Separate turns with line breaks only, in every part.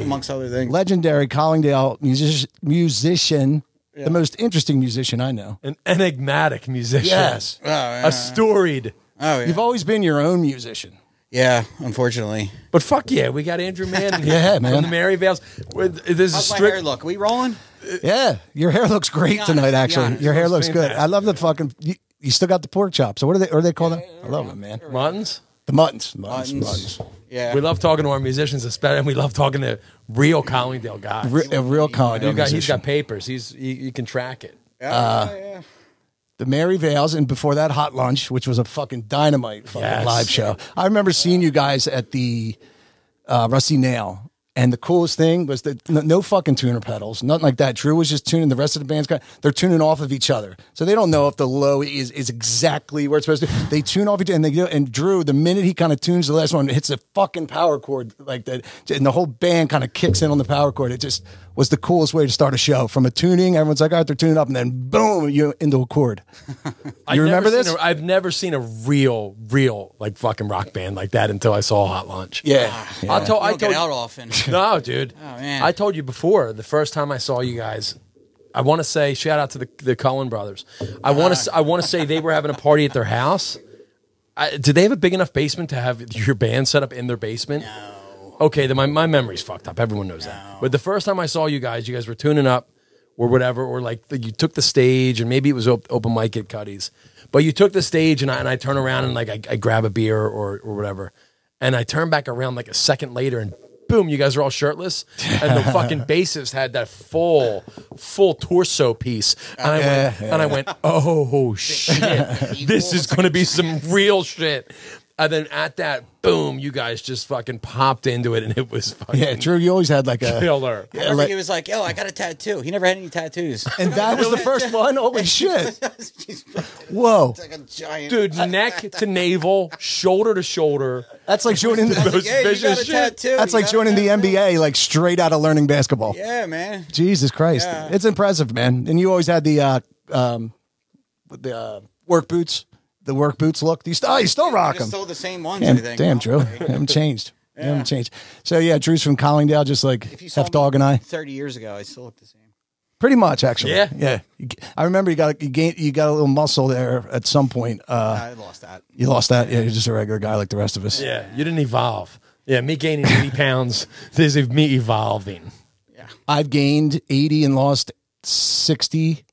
everything.
legendary Collingdale music- musician, the most interesting musician I know.
An enigmatic musician.
Yes.
Oh, yeah.
A storied.
oh yeah.
You've always been your own musician.
yeah, unfortunately.
But fuck yeah, we got Andrew Mann here
Yeah,
from
man.
the Mary Vales. With this is
How's my
strict.
hair look? Are we rolling?
Yeah, your hair looks great
honest,
tonight.
be
Actually,
honest.
your hair
Looks
looks good. I
fantastic.
love the fucking. You, you still got the pork chops. So what are they? What are they called? them? I love them, man.
Muttons.
The muttons, muttons,
Buttons.
muttons.
Yeah.
We love talking to our musicians, especially, and we love talking to real Collingdale guys.
Re- a real kind.
Dude got- he's got papers. He's you, you can track it.
yeah,
uh,
yeah.
the Mary Vales, and before that, Hot Lunch, which was a fucking dynamite fucking
Yes.
live show. I remember seeing you guys at the uh, Rusty Nail, and the coolest thing was that no, no fucking tuner pedals, nothing like that. Drew was just tuning. The rest of the band's got they're tuning off of each other, so they don't know if the low is is exactly where it's supposed to. They tune off each and they go. And Drew, the minute he kind of tunes the last one, hits a fucking power chord like that, and the whole band kind of kicks in on the power chord. It just was the coolest way to start a show. From a tuning, everyone's like, "All right, they're tuning up," and then boom, you into a chord.
I've
You
never
remember
seen
this?
A, I've never seen a real, real like fucking rock band like that until I saw Hot Lunch.
Yeah.
I told
I
I
don't Ah, get
told
out often.
no, dude.
man.
I told you before the first time I saw you guys. I want to say shout out to the the Cullen brothers. I want to I want to say they were having a party at their house. I, did they have a big enough basement to have your band set up in their basement? No. Okay, then my, my memory's fucked up. Everyone knows that. But the first time I saw you guys, you guys were tuning up or whatever, or like you took the stage and maybe it was op- open mic at Cuddy's, but you took the stage and I, and I turn around and like I, I grab a beer or, or whatever. And I turn back around like a second later and boom, you guys are all shirtless. And the fucking bassist had that full, full torso piece. And I went, and I went, oh shit, this is going to be some real shit. And then at that, boom, you guys just fucking popped into it and it was fucking
Yeah, Drew, you always had like a
killer.
I remember he was like, "Yo, I got a tattoo." He never had any tattoos.
And that was the first one. Holy shit! Whoa,
like a giant
Dude, neck to navel, shoulder to shoulder.
that's like joining the,
Those
Yeah, you
vicious
got a
shit.
tattoo.
that's
You
like
got a
joining the
tattoo.
NBA, like straight out of learning basketball.
Yeah, man.
Jesus Christ,
Yeah.
it's impressive, man. And you always had the uh, um, the uh, work boots, the work boots look. You still, oh, you still rock
It's
them.
still the same ones. I
Damn,
think.
damn, Drew, you haven't changed. You haven't changed. So yeah, Drew's from Collingdale, just like Hef Dog and I.
Thirty years ago, I still look the same.
Pretty much, actually.
Yeah?
yeah. You g- I remember you got you gained, you got a little muscle there at some point. Uh,
I lost that.
you lost that. Yeah, you're just a regular guy like the rest of us.
Yeah, you didn't evolve. Yeah, me gaining 80 pounds, this is me evolving.
I've gained 80 and lost 60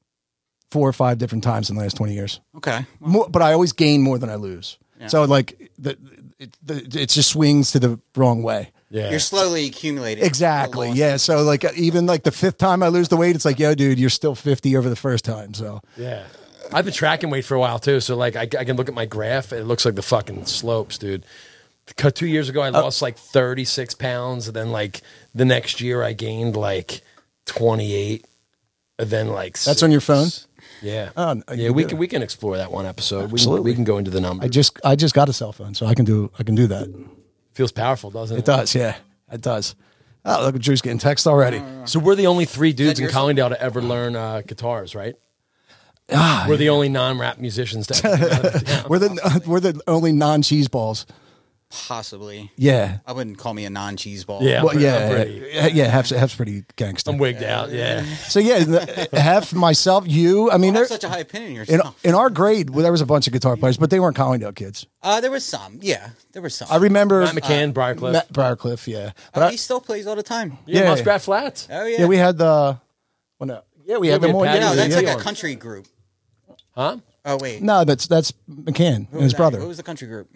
four or five different times in the last 20 years.
Okay.
More, but I always gain more than I lose. So like the, it, the, it just swings to the wrong way.
Yeah.
You're slowly accumulating.
Exactly.
the loss.
Yeah. So like uh, even like the fifth time I lose the weight, it's like, yo, dude, you're still 50 over the first time. So
Yeah. I've been tracking weight for a while too, so like I, I can look at my graph. And it looks like the fucking slopes, dude. C- Two years ago, I lost like thirty six pounds, and then like the next year, I gained like twenty eight, and then like
That's on your phone?
Yeah,
Oh, no,
yeah.
you
We
do.
can we can explore that one episode. Absolutely, we can, go into the numbers.
I just, I just got a cell phone so I can do, I can do that.
Feels powerful, doesn't it?
It does. Yeah, it does. Oh, look at Drew's getting text already.
So we're the only three dudes in
yours?
Collingdale to ever learn uh, guitars, right? we're the only non rap musicians to ever come out of town.
We're the, we're the only non cheese balls.
Possibly.
Yeah.
I wouldn't call me a non-cheese ball.
Yeah, I'm
Well,
pretty-
yeah,
I'm
yeah,
pretty-
yeah, yeah. Hef's, Hef's pretty gangster.
I'm wigged out. Yeah.
So yeah, the- Hef, myself, you. I mean,
You have
there,
Oh, such a high opinion of
in
yourself.
in our grade, well, there was a bunch of guitar players, but they weren't Collingdale kids.
uh, there was some. Yeah, there was some.
I remember uh,
Matt McCann, Oh, Briar Cliff.
Matt Briarcliff. Yeah, but
Uh,
I,
he still plays all the time.
yeah,
yeah.
Muskrat Flats.
Oh yeah.
yeah, we had the. Well, no, yeah, we had the
we had
more.
Patty
Yeah,
No,
Reed.
that's
yeah.
like
yeah.
a country group.
Huh?
Oh wait.
no, that's that's McCann and
Who was
his
that?
brother.
What was the country group?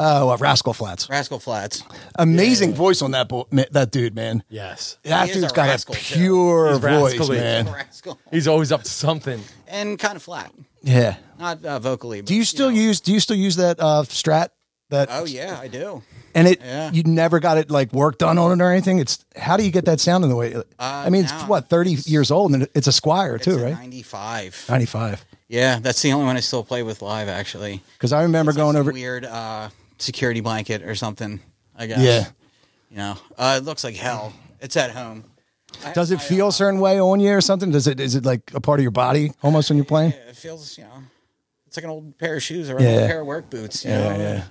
oh, uh, Rascal Flats.
Rascal Flats.
Amazing voice on that bo- ma- that dude, man.
Yes.
That
He is a
dude's got a
rascal, too.
pure
He's
voice,
rascally.
man.
Rascal.
He's always up to something.
And kind of flat,
Yeah.
not uh, vocally. But,
Do you still use? Do you still use that uh, Strat? That
Oh yeah, I do.
and it
Yeah.
you never got it like work done on it or anything. It's how do you get that sound in the way? I mean,
Uh, now
it's what thirty years old and it- it's a Squire too,
It's a
right? Uh,
95.
Ninety five.
Yeah, that's the only one I still play with live, actually.
Because I remember
It's
going
a
over.
weird uh, security blanket or something. I guess.
Yeah.
You know, uh, it looks like hell. It's at home. I-
Does it
I,
feel a certain way on you or something? Does it is it like a part of your body almost when you're playing?
uh, It feels, you know, it's like an old pair of shoes or an
Yeah.
old pair of work boots. You know?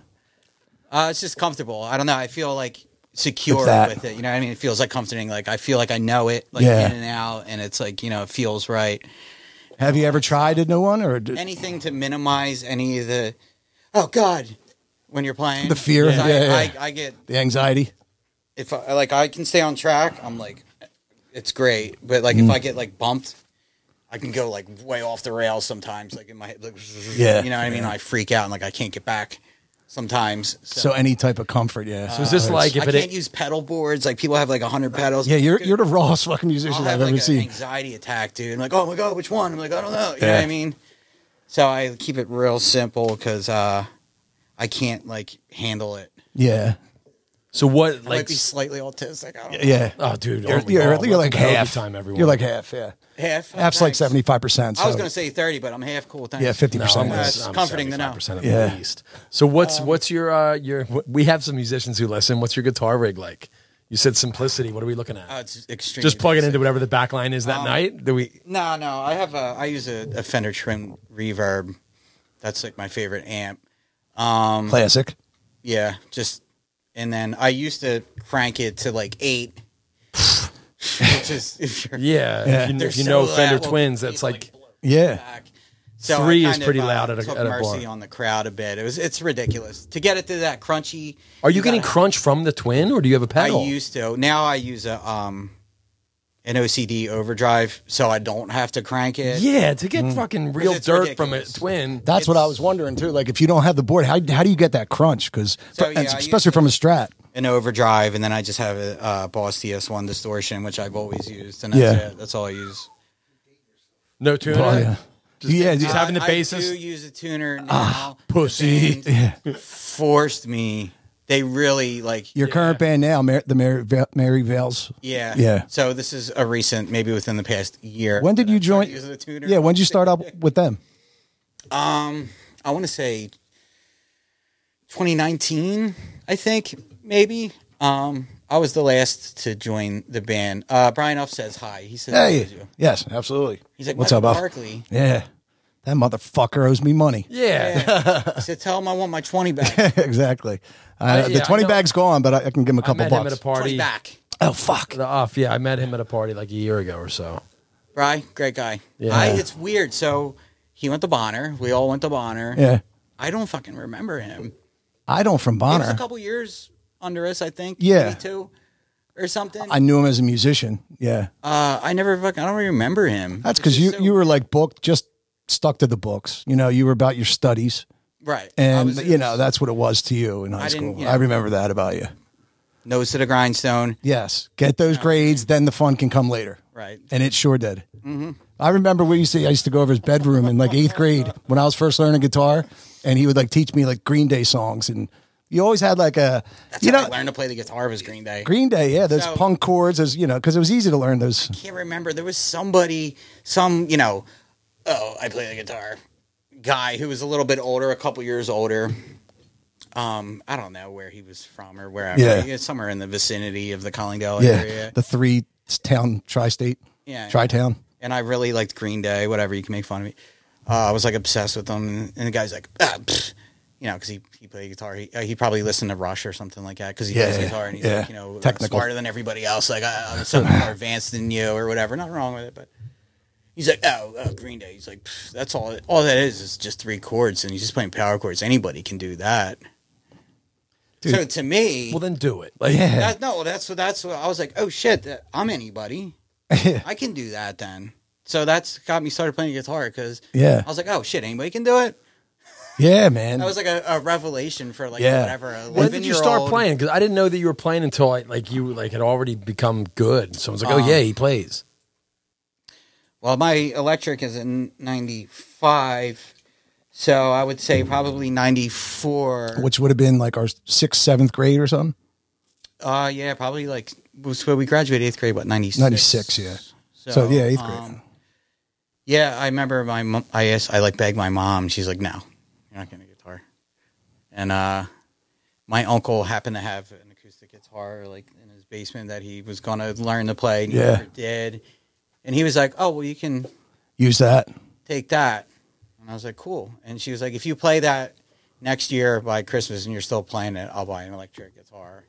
Uh, it's just comfortable. I don't know. I feel like secure
that.
with it. You know, what I mean, it feels like comforting. Like I feel like I know it, like
Yeah.
in and out, and it's like you know, it feels right.
Have you ever tried it? No one or d-
Anything to minimize any of the, oh God, when you're playing
The fear.
I,
Yeah, yeah,
I,
yeah.
I get
the anxiety?
if I, like I can stay on track, I'm like, it's great. But like
Mm.
if I get like bumped, I can go like way off the rails sometimes. Like in my head, like,
Yeah.
you know what I mean. I freak out and like I can't get back sometimes. So, Uh,
So any type of comfort, yeah.
So is this like
I
if it?
can't use pedal boards. Like people have like hundred pedals.
yeah, you're
Dude,
you're the rawest fucking musician
I'll
I've
have like
ever
an
seen.
anxiety attack, dude. I'm like, oh my god, which one? I'm like, I don't know. You know what
Yeah.
I mean? So I keep it real simple because uh, I can't like handle it.
Yeah,
so what?
I might
Like,
be slightly autistic. I don't know.
yeah.
oh, dude,
You're,
aren't we
you're,
all?
you're like
Welcome to
half.
overtime, everyone.
You're like half. Yeah,
half. oh,
half's like
thanks.
seventy five percent.
I was going to say 30, but I'm half cool. Thanks.
yeah, fifty
No,
percent.
I'm
Yeah,
not-
it's
I'm
comforting to know. Um,
75% at
Yeah.
least. So what's what's your uh your wh- we have some musicians who listen. What's your guitar rig like? You said simplicity. What are we looking at?
Oh, it's extreme.
Just plug it into whatever the back line is that
Um,
night. Do we?
No, no. I have a. I use a, a Fender Twin Reverb. That's like my favorite amp. Um,
Classic.
yeah, just and then I used to crank it to like eight, which is if you're
Yeah, If you,
They're
if you know
so
Fender
loud.
Twins, that's like
Yeah,
back. So I
Three
kind
is
of,
pretty
uh,
loud at a-
took
at a
mercy
bar.
on the crowd a bit. It was it's ridiculous to get it to that crunchy.
Are you getting
gotta-
crunch from the twin, or do you have a pedal?
I used to. Now I use a um an OCD overdrive, so I don't have to crank it.
yeah, to
Mm.
get fucking real
it's
dirt from a
ridiculous.
twin.
that's what I
It's-
was wondering too. Like, if you don't have the board, how how do you get that crunch? Because
So, yeah, I used
especially
to-
from a Strat.
An overdrive, and then I just have a uh, Boss TS1 distortion, which I've always used, and that's
Yeah.
it. That's all I use.
No tuner.
Oh, yeah.
Just-
yeah,
just
yeah.
having the
I- I do
bassist.
use a tuner. Now.
Ah,
pussy.
The band forced me. They really like.
Your current band now, Mar- the Mary, Va- Mary Vales.
yeah.
Yeah.
So this is a recent, maybe within the past year.
When did
that
you
I started
join?
Using the tuner.
Yeah, when did you start up with them?
I want to say 2019, I think, maybe. Um, I was the last to join the band. Uh, Brian Uff says hi. He says, hi
Hey,
to you.
yes, absolutely.
He's like,
what's up,
Michael
Buff?
Barkley?
Yeah, that motherfucker owes me money.
Yeah.
Yeah. he said, tell him I want my 20 back.
exactly. Uh,
yeah,
the
I
twenty
know-
bag's gone, but I, I can give him a
I
couple
met him
bucks.
at a
20
party.
back.
oh fuck!
The off. Yeah, I met him at a party like a year ago or so.
Bry, great guy.
Yeah.
I, it's weird. So he went to Bonner. We all went to Bonner.
Yeah,
I don't fucking remember him.
I don't from
He was
Bonner.
a couple years under us, I think.
Yeah.
22 or something.
I knew him as a musician. Yeah,
uh, I never fucking, I don't remember him.
that's because
It's
you
just so-
you were like booked, just stuck to the books. You know, you were about your studies,
right. I
and
was-
you know that's what it was to you in high
I didn't-
school.
yeah.
I remember that about you.
nose to the grindstone.
Yes, get those grades, then the fun can come later.
Right. Mm-hmm.
and it sure did. I remember we used to. I used to go over his bedroom in like eighth grade when I was first learning guitar, and he would like teach me like Green Day songs, and he always had like a
That's
you
how
know
I learned to play the guitar was Green Day.
Green Day, yeah, those
So-
punk chords, as you know, because it was easy to learn those.
can't remember. There was somebody, some, you know, oh, I play the guitar guy who was a little bit older, a couple years older. Um, I don't know where he was from or wherever.
Yeah.
He was somewhere in the vicinity of the Collingdale
Yeah,
area.
the three town tri-state,
Yeah.
tri-town.
and I really liked Green Day, whatever. You can make fun of me. Uh, I was like obsessed with them. And, the guy's like, ah, pfft," you know, because he, he played guitar. He, uh, he probably listened to Rush or something like that because he
Yeah,
plays
yeah,
guitar and he's
yeah.
like, you know,
Technical.
smarter than everybody else. Like, I, I'm so much more advanced than you or whatever. Not wrong with it, but. He's like, oh, oh, Green Day. He's like, "Pfft, that's all. It, all that is is just three chords, and he's just playing power chords. Anybody can do that. So to me,
Well, then do it. Like,
Yeah,
that, no, that's what that's what I was like. Oh shit, that- I'm anybody. I can do that then. So that's got me started playing guitar because
Yeah.
I was like, oh shit, anybody can do it.
yeah, man.
That was like a, a revelation for like
Yeah.
whatever. a
When did you start
11-year-old.
playing? Because I didn't know that you were playing until I, like you like had already become good. So I was like, oh yeah, he plays.
Well, my electric is in '95, so I would say probably '94.
Which would have been like our sixth, seventh grade or something.
Uh, yeah, probably like was when we graduated eighth grade. What '96?
96, yeah. So, yeah, eighth grade.
yeah, I remember my mom. I asked, I like begged my mom. She's like, "No, you're not getting a guitar." And uh, my uncle happened to have an acoustic guitar like in his basement that he was going to learn to play. And he
Yeah.
never did. And he was like, "Oh, well, you can
Use that.
take that." And I was like, "Cool." And she was like, "If you play that next year by Christmas and you're still playing it, I'll buy an electric guitar."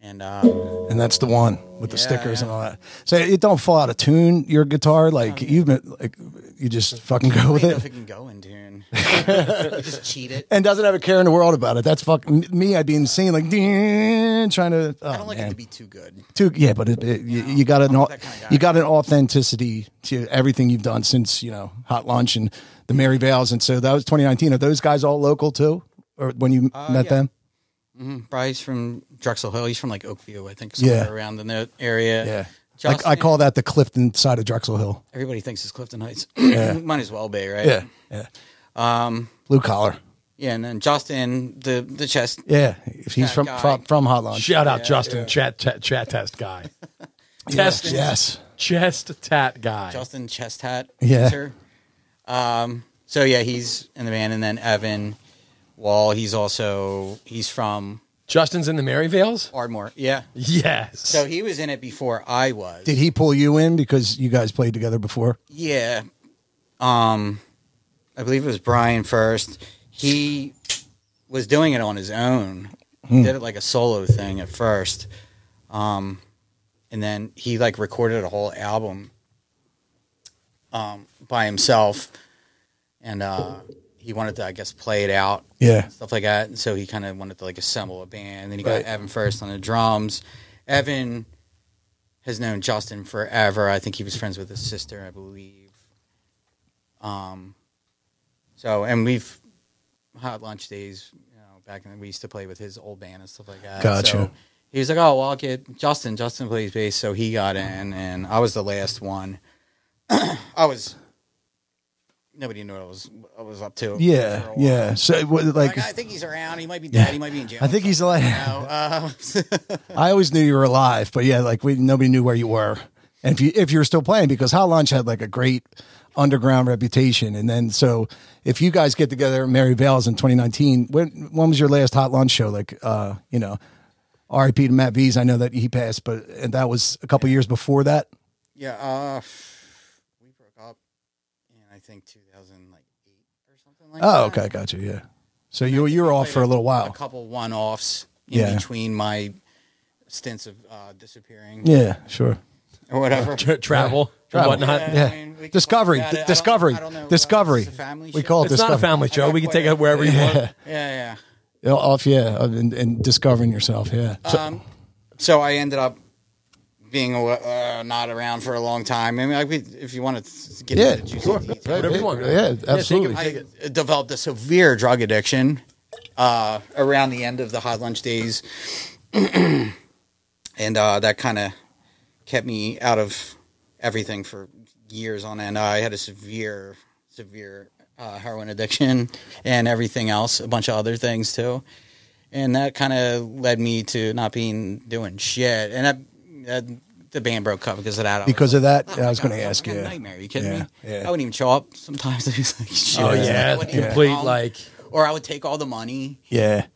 And um,
and that's the one with the
Yeah,
stickers
yeah.
and all that. So it don't fall out of tune. Your guitar, like you've been, like you just fucking go
I
with
don't know if
it,
it can go in tune. You just cheat it.
and doesn't have a care in the world about it. That's fucking me. I'd be insane, like trying to. Oh,
I don't like
man.
it to be too good.
Too, yeah, but it, it, you, you got an au-
that kinda guy.
you got an authenticity to everything you've done since you know Hot Lunch and the Mary Vales, and so that was 2019. Are those guys all local too, or when you met
Uh, yeah.
them?
Bryce from Drexel Hill. He's from like Oakview, I think, somewhere
Yeah.
around in that area.
Yeah, like
Justin,
I call that the Clifton side of Drexel Hill.
everybody thinks it's Clifton Heights. Might as well be, right?
yeah. Um,
Um,
blue collar.
Yeah, and then Justin, the the chest.
Yeah, if he's
That
from,
guy.
from from Hot Lunch.
Shout out Justin, chat, chat chat test guy,
Yes,
Testing.
yes.
chest tat guy.
Justin chest hat.
Yeah.
dancer. Um. So yeah, he's in the band, and then Evan Wall. He's also he's from
Justin's in the Maryvales.
Ardmore. Yeah.
Yes.
So he was in it before I was.
Did he pull you in because you guys played together before?
Yeah. Um I believe it was Brian first. He was doing it on his own. He did it like a solo thing at first. Um and then he like recorded a whole album um by himself and uh he wanted to I guess play it out
Yeah.
stuff like that. And so he kind of wanted to like assemble a band. And then he
Right.
got Evan first on the drums. Evan has known Justin forever. I think he was friends with his sister, I believe. Um, so and we've hot lunch days. You know, back in we used to play with his old band and stuff like that.
Gotcha.
So he was like, "Oh, well, I'll get Justin. Justin plays bass, so he got in, and I was the last one. I was." Nobody knew what I was I was up to. for
Yeah,
a while.
yeah. So it was like,
Like, I think he's around. He might be dead. He might be in jail.
I think he's like,
You know, uh,
I always knew you were alive, but yeah, like we nobody knew where you were, and if you if you were still playing, because Hot Lunch had like a great underground reputation, and then so if you guys get together, at Mary Vales in 2019, when when was your last Hot Lunch show? Like, uh, you know, R.I.P. to Matt V's. I know that he passed, but and that was a couple years before that.
yeah. Uh, we broke up in I think 2008 or something like
Oh,
that.
okay, gotcha. Yeah. So you you were off for a little
A
while.
couple one offs in
Yeah.
between my stints of uh, disappearing
Yeah, sure.
or whatever.
Tra- travel,
Travel.
and whatnot.
Yeah.
Yeah.
I mean, we can
discovery.
talk about
D-
it. I don't-
discovery.
I don't know.
discovery.
It's a family
we
show.
call it
It's
discovery.
not a family show.
got
We can take
quite a-
it wherever you want.
Yeah,
Yeah, Off, yeah, of- and, and discovering yourself. Yeah.
yeah. Um, so I ended up being uh, not around for a long time. I mean, I, could- if you want to get
Yeah,
into the juicy
sure.
details.
Whatever you want.
Yeah, absolutely.
Yeah, take it.
I developed a severe drug addiction uh, around the end of the hot lunch days, and uh, that kind of kept me out of everything for years on end. I had a severe, severe uh, heroin addiction and everything else, a bunch of other things too, and that kind of led me to not being doing shit, and that, that the band broke up because of that. I was
because of that, I was
God,
going to
I
ask
had
you.
"Oh, a Nightmare? Are you kidding
Yeah,
me?
yeah.
I wouldn't even show up sometimes. It was like, shit,
Oh
I was
yeah,
like, I wouldn't even
complete
come.
like
Or I would take all the money.
Yeah.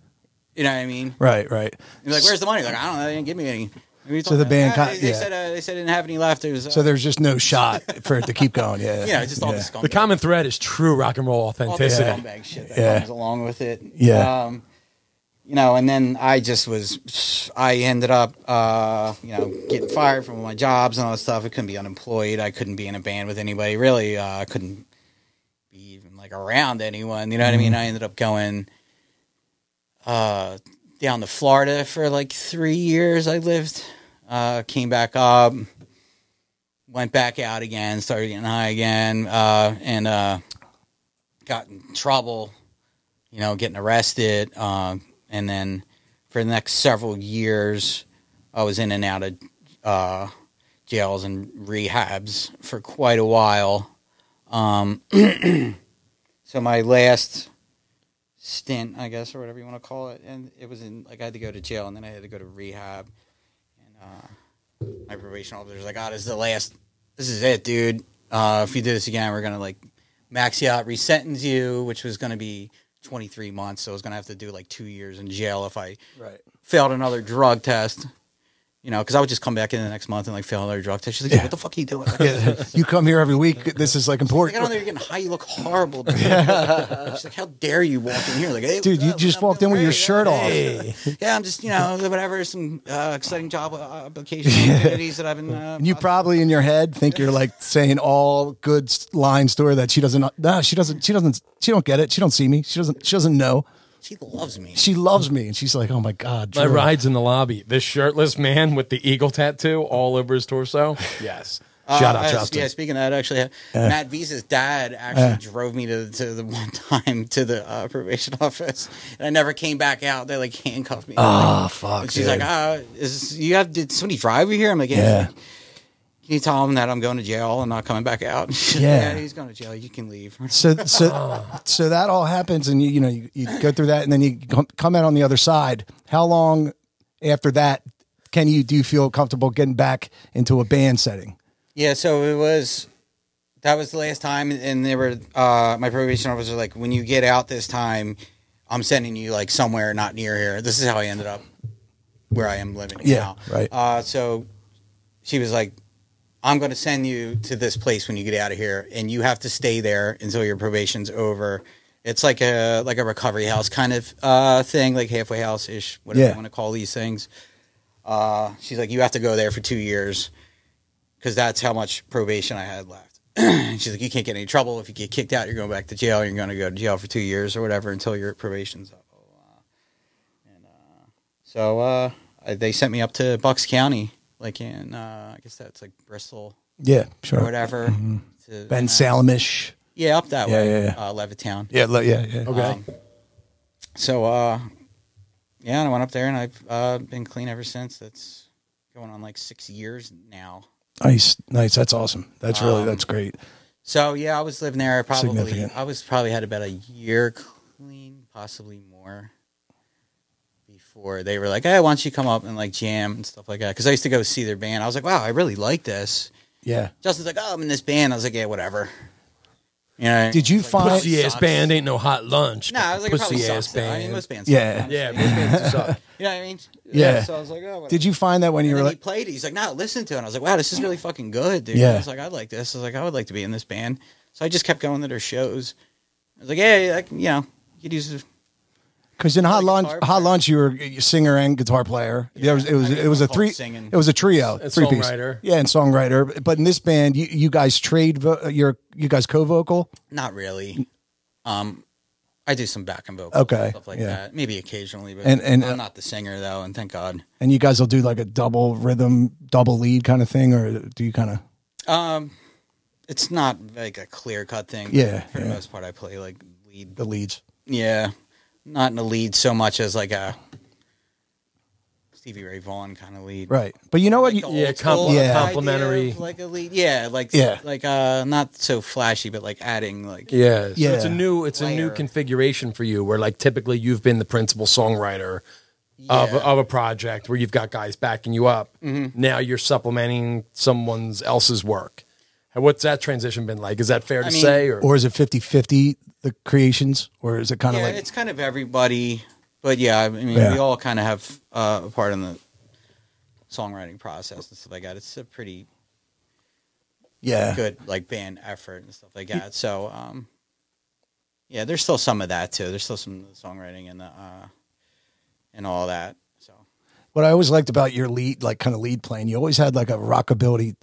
You know what I mean?
Right. Right.
You're like, where's the money? Like, I don't know. They didn't give me any. What are you
So
talking
the
about?
band
Ah,
kin-
they, they
yeah.
said uh, they said they didn't have any left. It was uh,
So there's just no shot for it to keep going. Yeah.
you know just all
yeah.
the scumbag,
the common thread is true rock and roll
all the
authenticity.
scumbag shit that
Yeah.
comes along with it.
Yeah.
Um, you know, and then I just was, I ended up, uh, you know, getting fired from my jobs and all that stuff. I couldn't be unemployed. I couldn't be in a band with anybody. Really, uh, I couldn't be even like around anyone. You know what I mean? I ended up going uh, down to Florida for like three years. I lived, uh, came back up, went back out again, started getting high again, uh, and uh, got in trouble you know, getting arrested. Uh, and then for the next several years, I was in and out of uh, jails and rehabs for quite a while. Um, so my last stint, I guess, or whatever you want to call it, and it was in like I had to go to jail and then I had to go to rehab. And uh, my probation officer was like, "Ah, this is the last. This is it, dude. Uh, if you do this again, we're gonna like max you out, resentence you, which was gonna be 23 months. So I was gonna have to do like two years in jail if I
Right.
failed another drug test You know, because I would just come back in the next month and like fail another drug test. She's like, "What the fuck are you doing?" Like,
Yeah, you come here every week. This is like
Get on
important.
there, you're getting high. You look horrible. Dude. She's like, "How dare you walk in here?" Like, hey,
Dude,
what's
you
up?
just
I'm
walked
doing
in with your
great.
shirt off.
Hey. yeah, I'm just you know whatever some uh, exciting job uh, application opportunities that I've been. Uh,
And you probably in your head think you're like saying all good s- lines to her that she doesn't. No, she doesn't. She doesn't. She don't get it. She don't see me. She doesn't. She doesn't know.
she loves me.
She loves me, and she's like, "Oh my god,
My
Drew."
ride's in the lobby. This shirtless man with the eagle tattoo all over his torso. Yes.
Uh,
Shout out,
uh,
Justin.
Yeah, speaking of that, actually, uh, Matt Visa's dad actually drove me to, to the one time to the uh, probation office, and I never came back out. They like handcuffed me.
Ah, fuck.
and she's like,
dude.
"Ah, is you have did somebody drive you here?" I'm like, "Yeah." She's
yeah,
like, Can you tell him that I'm going to jail and not coming back out? She's like,
Yeah.
yeah, he's going to jail. You can leave.
So so so that all happens, and you you know you, you go through that, and then you com- come out on the other side. How long after that can you do you feel comfortable getting back into a band setting?
Yeah, so it was that was the last time, and they were uh, my probation officer like, when you get out this time, I'm sending you like somewhere not near here. This is how I ended up where I am living
Yeah,
now.
right.
Uh, so she was like, I'm going to send you to this place when you get out of here, and you have to stay there until your probation's over. It's like a like a recovery house kind of uh, thing, like halfway house ish, whatever
Yeah.
you want to call these things. Uh, she's like, you have to go there for two years because that's how much probation I had left. and she's like, you can't get in any trouble if you get kicked out. You're going back to jail. You're going to go to jail for two years or whatever until your probation's up. And uh, so uh, I- they sent me up to Bucks County, like in uh, I guess that's like Bristol
Yeah,
or
sure.
whatever. to-
mm-hmm.
uh,
Ben Salamish.
yeah, up that
Yeah,
way,
yeah, yeah.
Uh, Levittown.
Yeah, le- yeah, yeah.
okay.
Um, so uh, yeah, and I went up there, and I've uh, been clean ever since. That's going on like six years now.
Nice, nice. That's awesome. That's
Um,
really that's great.
So yeah, I was living there. I Probably,
Significant.
I was probably had about a year clean, possibly more, before they were like, "Hey, why don't you come up and like jam and stuff like that?" Because I used to go see their band. I was like, "Wow, I really like this."
Yeah.
Justin's like, "Oh, I'm in this band." I was like, "Yeah, whatever." You know,
Did you
like,
find-
probably
Pussy ass
sucks.
band ain't no hot lunch.
No, I was like, it
pussy
probably
ass
sucks. though. I mean,
band.
most bands.
Yeah.
suck,
yeah, most
honestly.
bands suck.
You know what I mean?
Yeah.
So I was like, oh,
Did you find that when you
And
were
then he
like,
played it. He's like, no, listen to it. And I was like, wow, this is really fucking good, dude.
Yeah.
I was like, I like this. I was like, I would like to be in this band. So I just kept going to their shows. I was like, yeah, I can, you know, you could use.
because in
like
Hot Lunch,
guitar
Hot
player.
Lunch, you were a singer and guitar player. There was, it was
I mean,
it was
we're
a
called
three
singing.
it was a trio,
And
three piece.
songwriter.
Yeah, and songwriter. But in this band, you, you guys trade vo- your you guys co vocal.
Not really. Um, I do some back and vocal
Okay,
stuff like
yeah.
that, maybe occasionally, but
And- and, uh,
I'm not the singer though, and thank God.
and you guys will do like a double rhythm, double lead kind of thing, or do you kind of?
Um, it's not like a clear cut thing.
Yeah,
for
yeah.
the most part, I play like lead.
The leads.
Yeah, not in a lead so much as like a Stevie Ray Vaughan kind of lead,
Right. But you know what?
the
You,
Yeah,
old
com-
school
yeah.
idea of
Complimentary.
like a lead. Yeah, like
Yeah.
like uh, not so flashy, but like adding like
Yeah, so
Yeah.
it's a new it's a new
Layer.
configuration for you where like typically you've been the principal songwriter of
Yeah. Mm-hmm.
of a project where you've got guys backing you up. Now you're supplementing someone's else's work. And What's that transition been like? Is that fair to
I mean-
say or,
or is it 50 50 the creations, or is it kind of
yeah.
like?
it's kind of everybody, but yeah, I mean,
Yeah.
we all kind of have uh, a part in the songwriting process and stuff like that. It's a pretty
yeah.
good like band effort and stuff like that. So um, yeah, there's still some of that too. There's still some of the songwriting and the uh, and all that. So
What I always liked about your lead, like kind of lead playing, you always had like a rockabilly,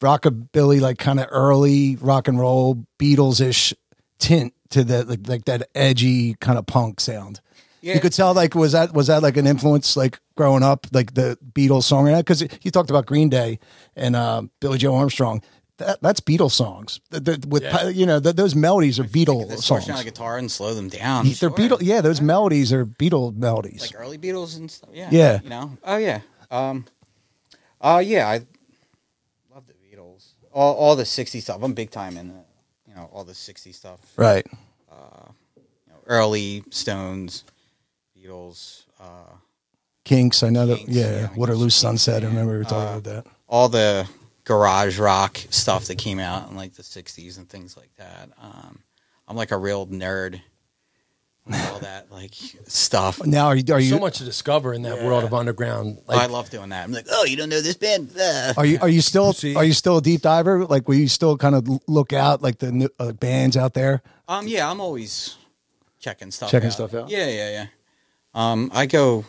rockabilly, like kind of early rock and roll Beatles ish tint to that, like, like that edgy kind of punk sound.
yeah,
You could tell, like, was that was that like an influence, like growing up, like the Beatles song, because you talked about Green Day and uh, Billy Joe Armstrong. That, that's Beatles songs. The, the, with
Yeah.
you know th those melodies are Beatles
the
songs.
songs on the guitar and slow them down.
They're
sure.
Beatle. Yeah, those melodies are Beatle melodies.
like early Beatles and stuff. Yeah.
Yeah.
You know. Oh yeah. Um. Uh yeah. I love the Beatles. All all the '60s stuff. I'm big time in the, you know all the '60s stuff. Uh,
right.
You know, early Stones, Beatles, uh,
Kinks. I know that.
Kinks,
Yeah,
yeah,
Waterloo
Kinks,
Sunset.
yeah.
I
uh,
remember we were talking about that.
all the garage rock stuff that came out in like the '60s and things like that. Um, I'm like a real nerd. all that like stuff.
Now, are you are you
so much to discover in that world of underground.
I
Like,
love doing that. I'm like, oh, you don't know this band? Ugh.
Are you are you still
See-
are you still a deep diver? Like, will you still kind of look out like the new, uh, bands out there?
Um, yeah, I'm always checking stuff.
Checking
out.
stuff out?
Yeah, yeah, yeah. Um, I go.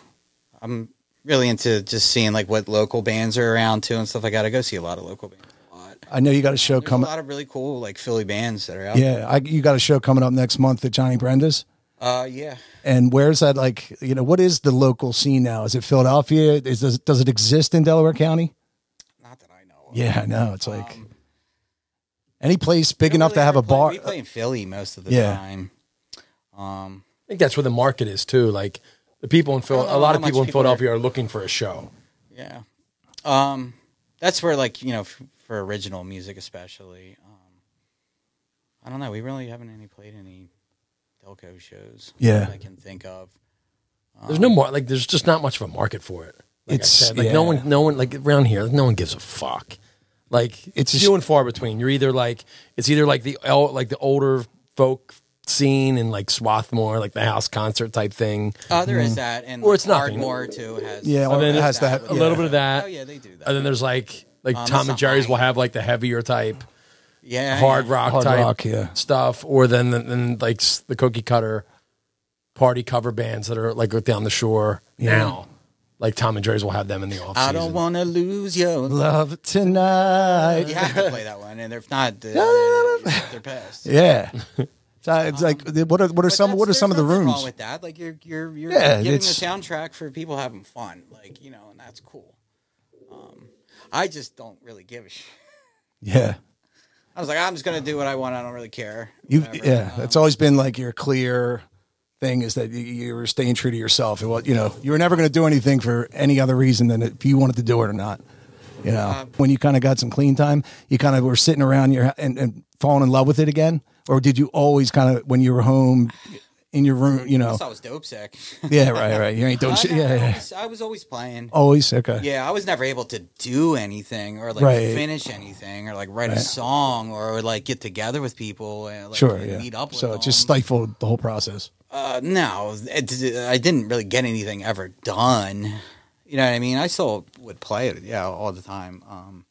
I'm really into just seeing like what local bands are around too and stuff. I gotta go see a lot of local bands. A lot.
I know you got a show
There's a
coming.
lot of really cool like Philly bands that are out.
Yeah, I, you got a show coming up next month at Johnny Brenda's.
Uh, yeah.
And where's that? Like, you know, what is the local scene now? Is it Philadelphia? Is does, does it exist in Delaware County?
Not that I know. of.
Yeah, I know. It's like
Um,
any place big enough to
really
have
ever
a
play-
bar.
We play in Philly most of the
Yeah.
time. Um,
I think that's where the market is too. Like the people in Phil,
I don't know
a lot
how
of
much
people in
people are-
Philadelphia are looking for a show.
yeah. Um, that's where like you know f- for original music especially. Um, I don't know. We really haven't any played any Delco shows.
Yeah.
that I can think of.
There's no more. Like there's just not much of a market for it. Like
It's-
it's I said, like no
yeah.
one, no one, like around here, like, no one gives a fuck. Like
It's
it's
just-
few and far between. You're either like it's either like the el- like the older folk scene and like Swarthmore, like the house concert type thing.
Uh, there is that, and
Or
like,
it's nothing.
Ardmore too has.
Yeah,
And
or
then
it
it's
has to have
that
a little bit of that.
Oh yeah, they do that.
And then there's like like
Um, that's
Tom and
not
Jerry's
mine.
will have like the heavier type
yeah,
hard
yeah.
rock
Hard
type
rock, yeah.
stuff, or then then- then like s- the cookie cutter party cover bands that are like down the shore now. Like Tom and Jerry's will have them in the off
I don't
season.
wanna lose you.
Love tonight.
You have to play that one, and if not, uh, they're pissed.
Yeah. So it's like what are what are
Um, But
some
that's-
what are
there's
some of the
nothing
rooms?
wrong with that? Like you're you're you're
Yeah,
giving the
it's-
soundtrack for people having fun, like you know, and that's cool. Um, I just don't really give a shit.
yeah.
I was like, I'm just gonna do what I want. I don't really care.
You,
whatever.
yeah, it's always been like your clear thing is that you, you were staying true to yourself. It was, you know, you were never going to do anything for any other reason than if you wanted to do it or not. You know,
Uh,
when you kind of got some clean time, you kind of were sitting around your and, and falling in love with it again, or did you always kind of when you were home in your room? You know,
Plus I was dope sick.
yeah, right, right. You ain't doing
I,
shit. Yeah, Oh. yeah.
always, I was always playing.
Always okay.
Yeah, I was never able to do anything or like
Right.
finish anything or like write
Right.
a song or like get together with people and like
sure.
and
Yeah.
meet up. With
so it just
them.
stifled the whole process.
uh, no, it, I didn't really get anything ever done. You know what I mean? I still would play it, yeah, all the time. Um,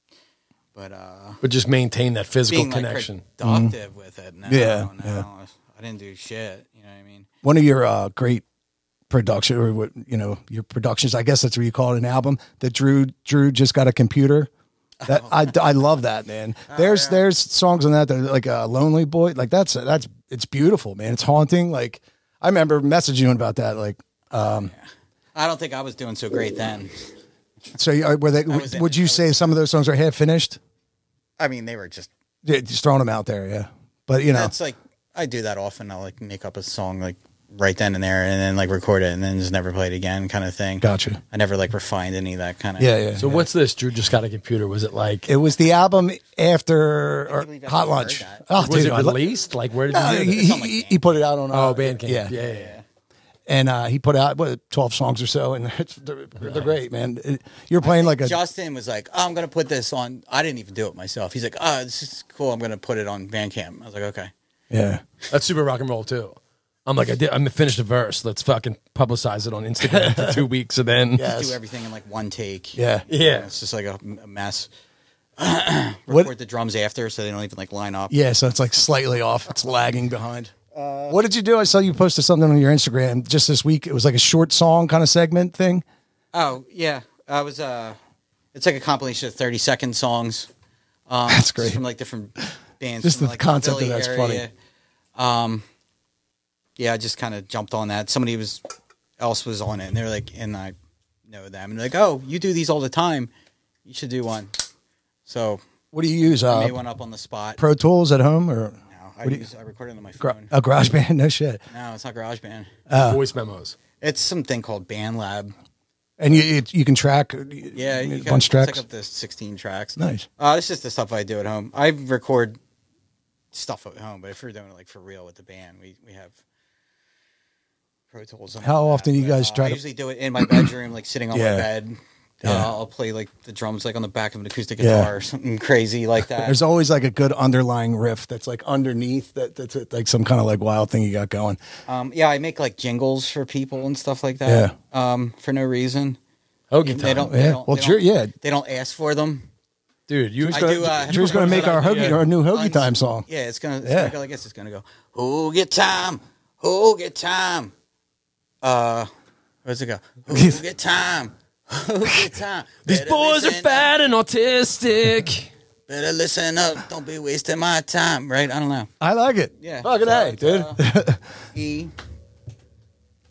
but uh,
but just maintain that physical
being
connection.
like productive with it, no,
Mm-hmm. Yeah,
no,
yeah.
I didn't do shit. You know what I mean?
one of your uh, great production or what you know your productions i guess that's what you call it an album that drew drew just got a computer that
Oh.
I, I love that man there's there's songs on that that are like uh, lonely boy like that's that's it's beautiful man it's haunting like i remember messaging you about that like
I don't think I was doing so great then.
so you- uh, were they
was in
would
it.
you
I
say some of those songs are half finished
I mean, they were just.
yeah, just throwing them out there yeah but you know
That's like I do that often. I'll like make up a song like right then and there, and then like record it, and then just never play it again, kind of thing.
gotcha
I never like refined any of that kind of.
yeah yeah
So what's this? Drew just got a computer. Was it like
it was the album after or
believe I've
hot
never heard
lunch
that.
oh
was
dude, I
it
lo-
released? like where did
Uh,
you hear
he,
this?
he, he put it out on
Oh,
uh,
Bandcamp.
yeah.
Yeah. yeah, yeah.
and uh, he put out what twelve songs or so, and it's, they're, they're great, man. It- you're playing like a
Justin was like, oh, I'm going to put this on. I didn't even do it myself. He's like, oh, this is cool. I'm going to put it on Bandcamp. I was like, okay.
yeah,
That's super rock and roll too. I'm like I did. I'm finished a verse. Let's fucking publicize it on Instagram for two weeks and then
Do
yes,
everything in like one take.
yeah.
You know,
yeah.
It's just like a, a mess.
What-
Record the drums after so they don't even like line up.
yeah. So it's like slightly off. It's lagging behind.
Uh,
what did you do? I saw you posted something on your Instagram just this week. It was like a short song kind of segment thing.
Oh, yeah. I was, uh, it's like a compilation of 30 second songs. Um,
That's
just
great.
From like different bands.
Just
from,
the
like,
concept of
Philly
that's
area.
funny.
Um, yeah, I just kind of jumped on that. Somebody was else was on it, and they're like, and I know them, and they're like, oh, you do these all the time. You should do one. So
What do you use?
I made
Uh,
one up on the spot.
Pro Tools at home or
now. I, use, I recorded on my phone.
a Garage Band? No shit.
No, it's not GarageBand.
Uh,
voice memos.
It's something called BandLab.
And you it, you can track uh,
Yeah,
a
you can
bunch of
check
tracks.
up the 16 tracks.
Nice.
Uh, it's just the stuff I do at home. I record stuff at home, but if we're doing it like for real with the band, we, we have Pro Tools. and
How
all that,
often you
but,
guys
uh,
try
I
to-
usually do it in my bedroom, like sitting on
Yeah.
my bed, Uh, I'll play like the drums like on the back of an acoustic
Yeah.
guitar or something crazy like that.
There's always like a good underlying riff that's like underneath that that's uh, like some kind of like wild thing you got going.
Um, yeah, I make like jingles for people and stuff like that. Um, for no reason.
Oh,
They don't. They
Yeah.
don't
Well,
they
Drew,
don't,
yeah.
They don't ask for them.
dude, you
I do. Uh,
Drew's gonna make our hoagie, our new hoagie
Uns-
time song.
Yeah, it's gonna. It's
Yeah.
gonna go, I guess it's gonna go. Who get time? Who get time? Uh, where's it go? Who get time? Who get time?
These
Better
boys are
listen up.
fat and autistic.
Better listen up. Don't be wasting my time. Right? I don't know.
I like it.
Yeah.
Fucking
So
Oh, A,
it's,
dude.
E.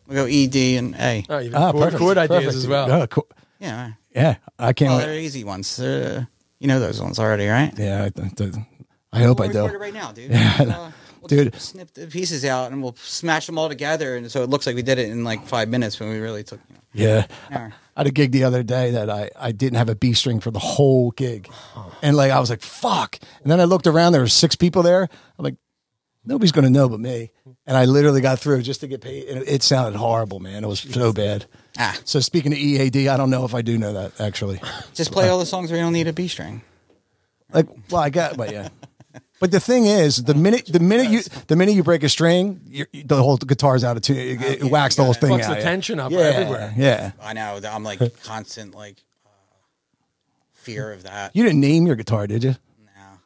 We go E, D, and A.
Oh, you
Ah,
chord,
perfect.
chord ideas
Perfect.
as well.
Yeah, cool.
Yeah. all right.
Yeah, I can't
Well,
wait.
they're easy ones. They're, you know those ones already, right?
Yeah, I, th- th- I hope
we'll
I
record it
do.
right now, dude.
Yeah, I
We'll,
know.
uh, we'll
Dude.
snip the pieces out and we'll smash them all together, and so it looks like we did it in like five minutes when we really took you know,
Yeah.
an hour.
I had a gig the other day that I, I didn't have a B string for the whole gig. And like, I was like, fuck. And then I looked around, there were six people there. I'm like, nobody's going to know but me. And I literally got through just to get paid. And it sounded horrible, man. It was so bad.
Ah.
So speaking of EAD, I don't know if I do know that actually.
Just play all the songs where you don't need a B string.
Like, well, I got, but yeah. But the thing is, the minute the minute you the minute you break a string, you the whole guitar's out of tune. It, it
yeah,
whacks the whole
yeah.
thing
Fucks
out.
the
yeah.
tension up
yeah,
everywhere.
Yeah.
I know. that I'm like constant like uh, fear of that.
You didn't name your guitar, did you?
now.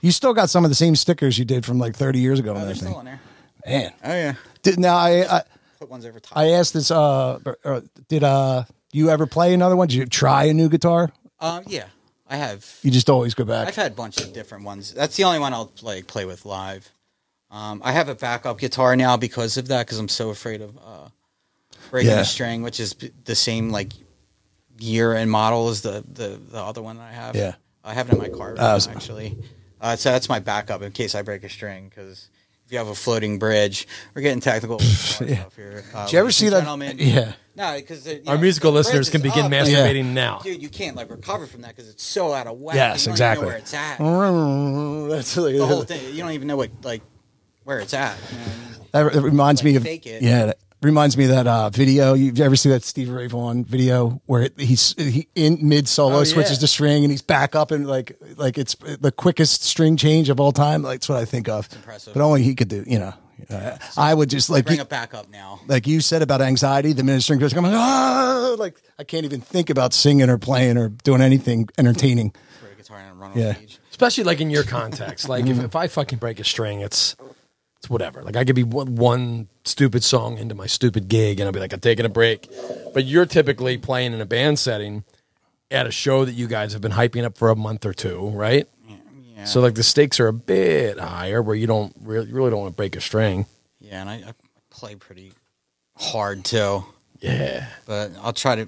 You still got some of the same stickers you did from like 30 years ago.
Oh,
and
they're
everything.
still in there.
Man.
Oh yeah.
Did, now, I, I
Put ones over top.
I asked this, uh, or- or did uh, you ever play another one? Did you try a new guitar?
um, yeah, I have.
You just always go
I've
back.
had a bunch of different ones. That's the only one I'll like play with live. Um, I have a backup guitar now because of that, because I'm so afraid of uh, breaking
Yeah.
the string, which is b- the same like year and model as the the, the other one I have.
Yeah.
I have it in my car right
Oh,
now,
so-
actually. Uh, so that's my backup in case I break a string, because if you have a floating bridge, we're getting technical with guitar stuff here. Uh,
Did you ever
ladies
see
and
that?
gentlemen.
Yeah.
No, because
Our musical listeners can begin masturbating
Yeah.
now.
Dude, you can't like recover from that because it's so out of whack.
Yes,
you don't even know
exactly.
where it's at
Oh. That's like,
the whole thing. You don't even know what like where it's at. you know what I mean?
That, that reminds me of
fake it.
yeah. That reminds me of that uh, video. You ever see that Steve Ray Vaughan video where it, he's he in mid solo
Oh, yeah.
switches the string and he's back up and like like it's the quickest string change of all time. Like that's what I think of.
impressive.
But only he could do. You know, Uh, I would just like
Bring
you-
it back up now.
like you said about anxiety. The minute string goes, I'm like, oh, like I can't even think about singing or playing or doing anything entertaining.
Throw a guitar and run on
Yeah.
stage.
Especially like in your context. Like if, if I fucking break a string, it's it's whatever. Like I could be one, one stupid song into my stupid gig and I'll be like, I'm taking a break. But you're typically playing in a band setting at a show that you guys have been hyping up for a month or two, right?
Yeah.
So like the stakes are a bit higher where you don't really, you really don't want to break a string.
yeah, and I, I play pretty hard too,
Yeah.
but I'll try to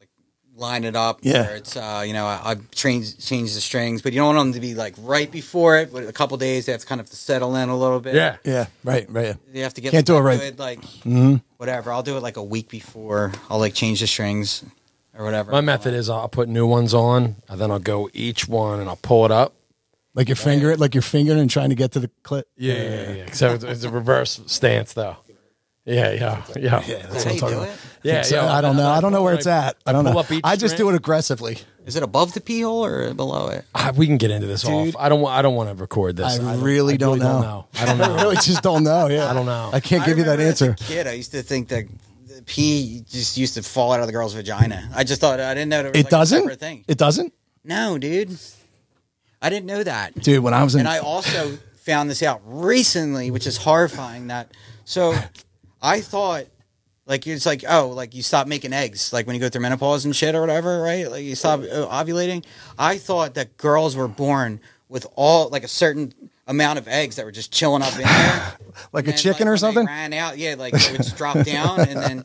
like line it up.
Yeah.
where it's uh, you know I, I've changed changed the strings, but you don't want them to be like right before it. But a couple days they have to kind of settle in a little bit.
Yeah.
Yeah, right, right.
They have to get
Can't do it
like,
right. Mm-hmm.
good, like whatever. I'll do it like a week before. I'll like change the strings or whatever.
My method is I'll put new ones on, and then I'll go each one and I'll pull it up.
Like your finger it, like your finger and trying to get to the clip.
Yeah, yeah, yeah. yeah. So it's, it's a reverse stance, though. Yeah, yeah, yeah. Yeah,
Is that how you do it?
yeah.
So, I don't know. I don't know where it's at. I don't
pull
know.
up each
I just do
string.
it aggressively.
Is it above the P hole or below it?
Ah, we can get into this
Dude.
off. I don't. wa- I don't want to record this.
I really don't know.
I don't know.
I really just don't know. Yeah,
I don't know.
I can't
I
give you that
remember as a
answer.
Kid, I used to think that the pee just used to fall out of the girl's vagina. I just thought I didn't know there was
It
like a
doesn't.
separate thing.
It doesn't,
no, dude, I didn't know that.
dude. When I was in,
And I also found this out recently, which is horrifying. That so I thought. Like it's like oh like you stop making eggs like when you go through menopause and shit or whatever right like you stop uh, ovulating. I thought that girls were born with all like a certain amount of eggs that were just chilling up in there and
like a
then, like,
chicken or
when they
something.
ran out, yeah, like it would just drop down, and then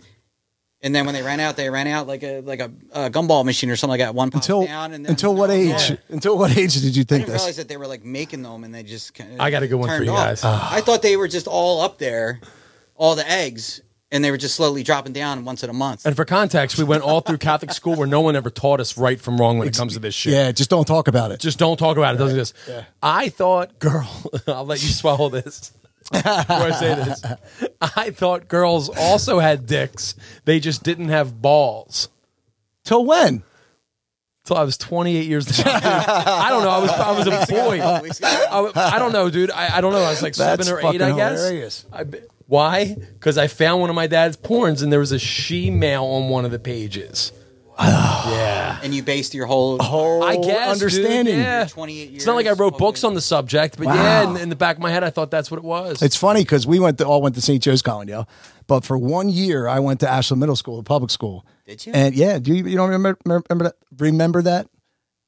and then when they ran out, they ran out like a like a, a gumball machine or something like that. One popped
Until
down, and then
until what
Yeah.
age? Until what age did you
I
think
didn't realize
this?
that they were like making them, and they just kind of
I got a good one for you guys.
Ah.
I thought they were just all up there, all the eggs, and they were just slowly dropping down once in a month.
And for context, we went all through Catholic school where no one ever taught us right from wrong when it comes to this shit.
Yeah, just don't talk about it.
Just don't talk about it. Doesn't exist. I thought, girl, I'll let you swallow this before I say this. I thought girls also had dicks. They just didn't have balls.
Till when?
Till I was 28 years old. Dude, I don't know. I was I was employed. I, wa- I don't know, dude. I, I don't know. I was like
That's
seven or eight, I
fucking
guess.
hilarious.
I be- why? Because I found one of my dad's porns, and there was a she male on one of the pages. yeah.
and you based your whole
Whole
I guess
understanding.
Dude, Oh, yeah.
28
It's not like I
years,
wrote books
okay.
on the subject, but yeah, in, in the back of my head, I thought that's what it was.
It's funny because we went to, all went to St. Joe's Collindale, but for one year I went to Ashland Middle School, a public school.
Did you?
And yeah, do you, you don't remember remember that? Remember that?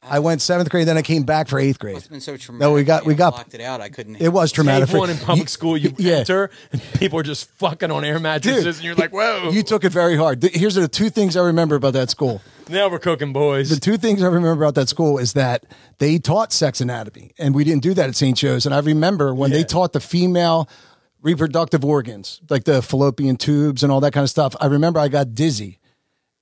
I went seventh grade, then I came back for eighth grade.
It's been so traumatic.
No, we got- we
I
got-
blocked it out. I couldn't.
It was
Day
traumatic. for-
one in public school, you
yeah.
enter, and people are just fucking on air mattresses, and you're like, whoa.
You took it very hard. Th- Here's the two things I remember about that school.
now we're cooking, boys.
The two things I remember about that school is that they taught sex anatomy, and we didn't do that at St. Joe's. And I remember when they taught the female reproductive organs, like the fallopian tubes and all that kind of stuff. I remember I got dizzy,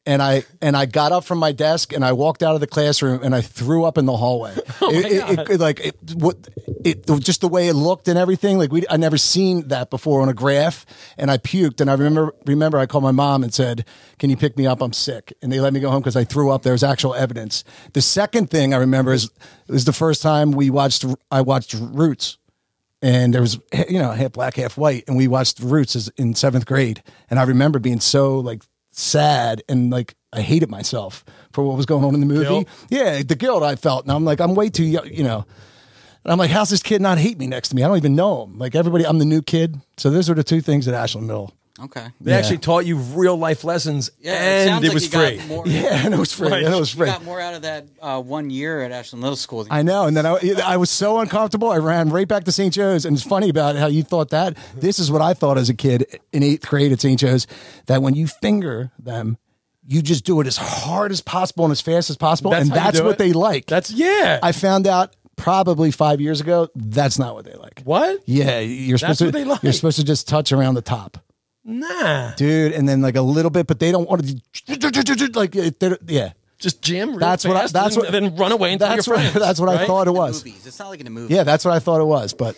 and I and I got up from my desk and I walked out of the classroom and I threw up in the hallway. it, it- it- like it, what it just the way it looked and everything. Like we, I never seen that before on a graph, and I puked. And I remember remember I called my mom and said, "Can you pick me up? I'm sick." And they let me go home because I threw up. There's actual evidence. The second thing I remember is it was the first time we watched. I watched Roots and there was you know half black half white and we watched roots as, in seventh grade and i remember being so like sad and like i hated myself for what was going on in the movie
Guilt?
yeah the guilt i felt and i'm like i'm way too young you know and i'm like how's this kid not hate me next to me i don't even know him like everybody i'm the new kid so those are the two things at ashland mill
Okay.
They
Yeah.
actually taught you real life lessons,
Yeah, it
and
sounds
it
like
was
you got
free.
More,
yeah and it was free and it was
You
free
got more out of that uh, one year at Ashland Middle School. Than
I know. And then I, I was so uncomfortable. I ran right back to St. Joe's. And it's funny about how you thought that. This is what I thought as a kid in eighth grade at St. Joe's that when you finger them, you just do it as hard as possible and as fast as possible.
That's
and
how you
that's
do
what
it?
they like.
That's yeah.
I found out probably five years ago that's not what they like.
what?
Yeah, you're supposed
That's
to.
what they like.
You're supposed to just touch around the top,
Nah.
dude, and then like a little bit, but they don't want to. Like, it- they don't- yeah,
Just jam. Real
That's what I-
fast
that's
and
what-
Then run away and tell
that's
your
what.
friends.
That's what I
right?
thought
the
it was.
Movies. It's not like in the movie.
Yeah, that's what I thought it was, but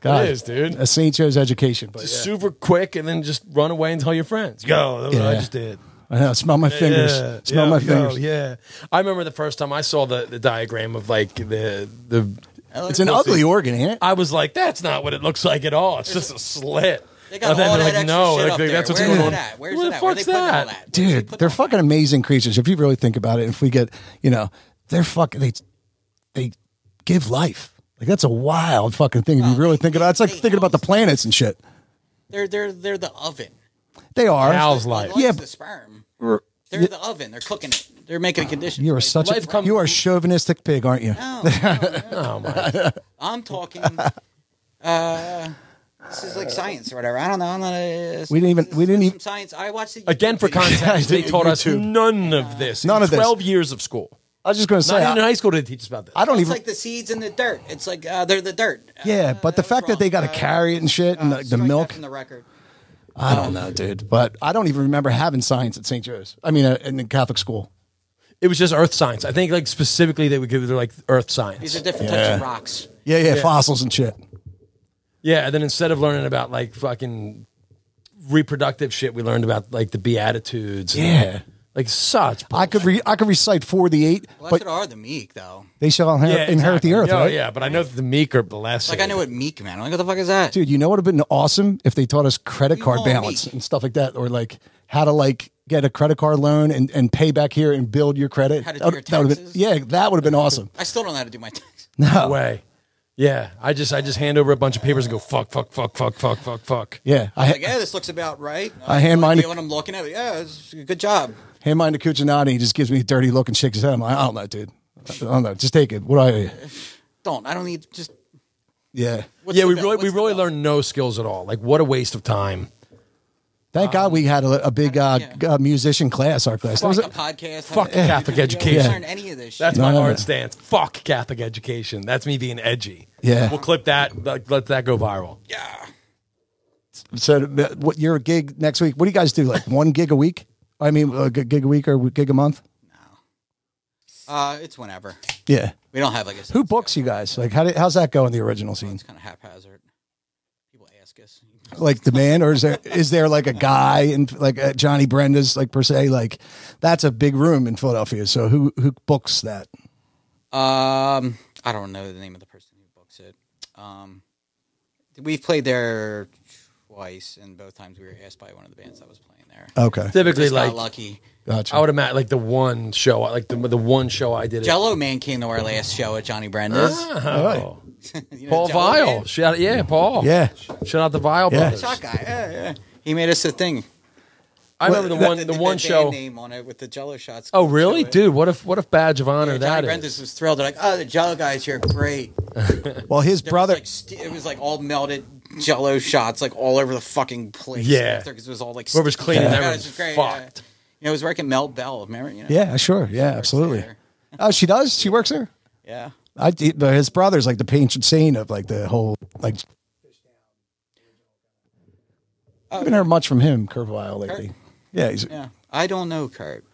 God,
is, dude.
A St. Joe's education, but yeah.
Super quick, and then just run away and tell your friends. Yo, that's what I
Yeah.
just did.
I know. Smell my fingers.
Yeah,
smell
yeah,
my
yo,
fingers.
yeah, I remember the first time I saw the, the diagram of like the the.
It's an ugly organ, ain't it?
I was like, that's not what it looks like at all. It's just a slit.
They got
And then
all that
they're like,
extra
no,
shit
like,
up
like,
there.
that's what's
Where's
going
it
on.
at? Where's
Where
it
the
at? Where they
fuck's
putting all
that?
that? Where they
Dude,
putting
they're
all that?
fucking amazing creatures. If you really think about it, if we get, you know, they're fucking they they give life. Like that's a wild fucking thing. If you really think about it, it's like
they
thinking about the planets and shit.
They're they're they're the oven.
They are.
Al's
Like,
life.
Yeah,
the
but-
sperm.
We're-
They're the oven. They're cooking it. They're making a condition.
You are such
life
a
comes-
you are a chauvinistic pig, aren't you?
No, no,
Oh my!
I'm talking. Uh, this is like science or whatever. I don't know. I'm not a,
We didn't even- we didn't
some
even-
science. I watched it
Again, for context, they
Yeah,
taught us
YouTube.
none of this.
None
in
of this.
Twelve years of school.
I was just gonna
Not
say.
even in
I,
high school did they teach us about this.
I don't
It's
even.
like the seeds in the dirt. It's like uh, they're the dirt.
yeah,
Uh,
but the
I was
fact that they
wrong.
got to
Uh,
carry it and shit, and
uh,
the, the
strike that
milk.
from the record.
I don't know, dude. Um, But I don't even remember having science at St. Joe's. I mean, uh, in the Catholic school.
It was just earth science. I think like specifically they would give they're like earth
These are
science.
different types
Yeah.
of rocks.
Yeah, yeah, fossils and shit.
Yeah, and then instead of learning about like fucking reproductive shit, we learned about like the beatitudes. and,
Yeah.
like such.
I could re- I could recite four the eight,
Blessed
but
are the meek, though.
they shall inher-
Yeah,
inherit the
exactly.
earth,
Yeah,
right?
Yeah, but I know that the meek are blessed.
Like I know what meek man. I'm like, what the fuck is that?
Dude, you know what would have been awesome if they taught us credit
you
card
call
balance
meek?
and stuff like that, or like how to like get a credit card loan and, and pay back here and build your credit.
How to do
That would-
your
that would have been,
taxes?
yeah, that would have been awesome.
I still don't know how to do my taxes.
no way. Yeah, I just I just hand over a bunch of papers and go fuck fuck fuck fuck fuck fuck fuck.
Yeah, I
Like, yeah, this looks about right.
I hand mine to-
What I'm looking at. Yeah, it's a good job.
hand mine to Cucinotti. He just gives me a dirty look and shakes his head. I'm like, I don't know, dude. I don't know. Just take it. What do I?
Don't. I don't need just.
Yeah.
What's
yeah,
the
we
bill?
really we
What's the
really
bill?
learned no skills at all. Like what a waste of time.
Thank God we had a, a big uh,
yeah.
g- uh, musician class, our class. There was
Fuck
a-
a podcast.
Fuck
how to-
Catholic
you know,
education.
You learn any of this shit.
That's
No,
my
no,
hard
no.
stance. Fuck Catholic education. That's me being edgy.
Yeah.
We'll clip that. Like, let that go viral.
yeah.
So, uh, what your gig next week? What do you guys do? Like one gig a week? I mean, a g- gig a week or a gig a month?
Uh, it's whenever.
Yeah.
We don't have like a
Who books you guys? Like, how do, how's that go in the original scene?
It's kind of haphazard. People Damascus.
like demand, or is there is there like a guy in like uh, Johnny Brenda's like per se like that's a big room in Philadelphia. So who who books that?
Um, I don't know the name of the person who books it. Um, we've played there twice, and both times we were asked by one of the bands that was playing there.
Okay,
Typically,
Just got
Uh, like
lucky.
gotcha.
I would imagine, like the one show, like the the one show I did. it-
Jello Man came to our last show at Johnny Brenda's.
Oh.
You know Jell-O
Paul
Man?
Vile. Shout out, yeah, Paul.
Yeah.
Shout out the Vile
Yeah.
brothers.
Shot guy. Yeah, yeah. He made us a thing.
I remember the one
Did
the one
band
show.
name on it with the Jello shots.
Oh really,
Show it.
dude? What if what if badge of honor
Yeah,
that
Johnny
is?
Brenda's was thrilled. They're like, "Oh, the Jello guys, you're great."
well, his
There was,
brother.
like, st- it was like all melted Jello shots, like all over the fucking place.
Yeah.
after, 'cause it was all like
Whoever's
sticky.
cleaning
Yeah,
that
it
was
was great,
fucked.
yeah. You know, it was working Mel Bell. Remember? You know,
yeah, sure. Yeah, absolutely.
there.
Oh, she does. She works there.
yeah.
I did, but his brother's like the patron saint of like the whole like. I haven't heard much from him, Kurt Weill, lately.
Kurt?
Yeah, he's
Yeah. I don't know Kurt.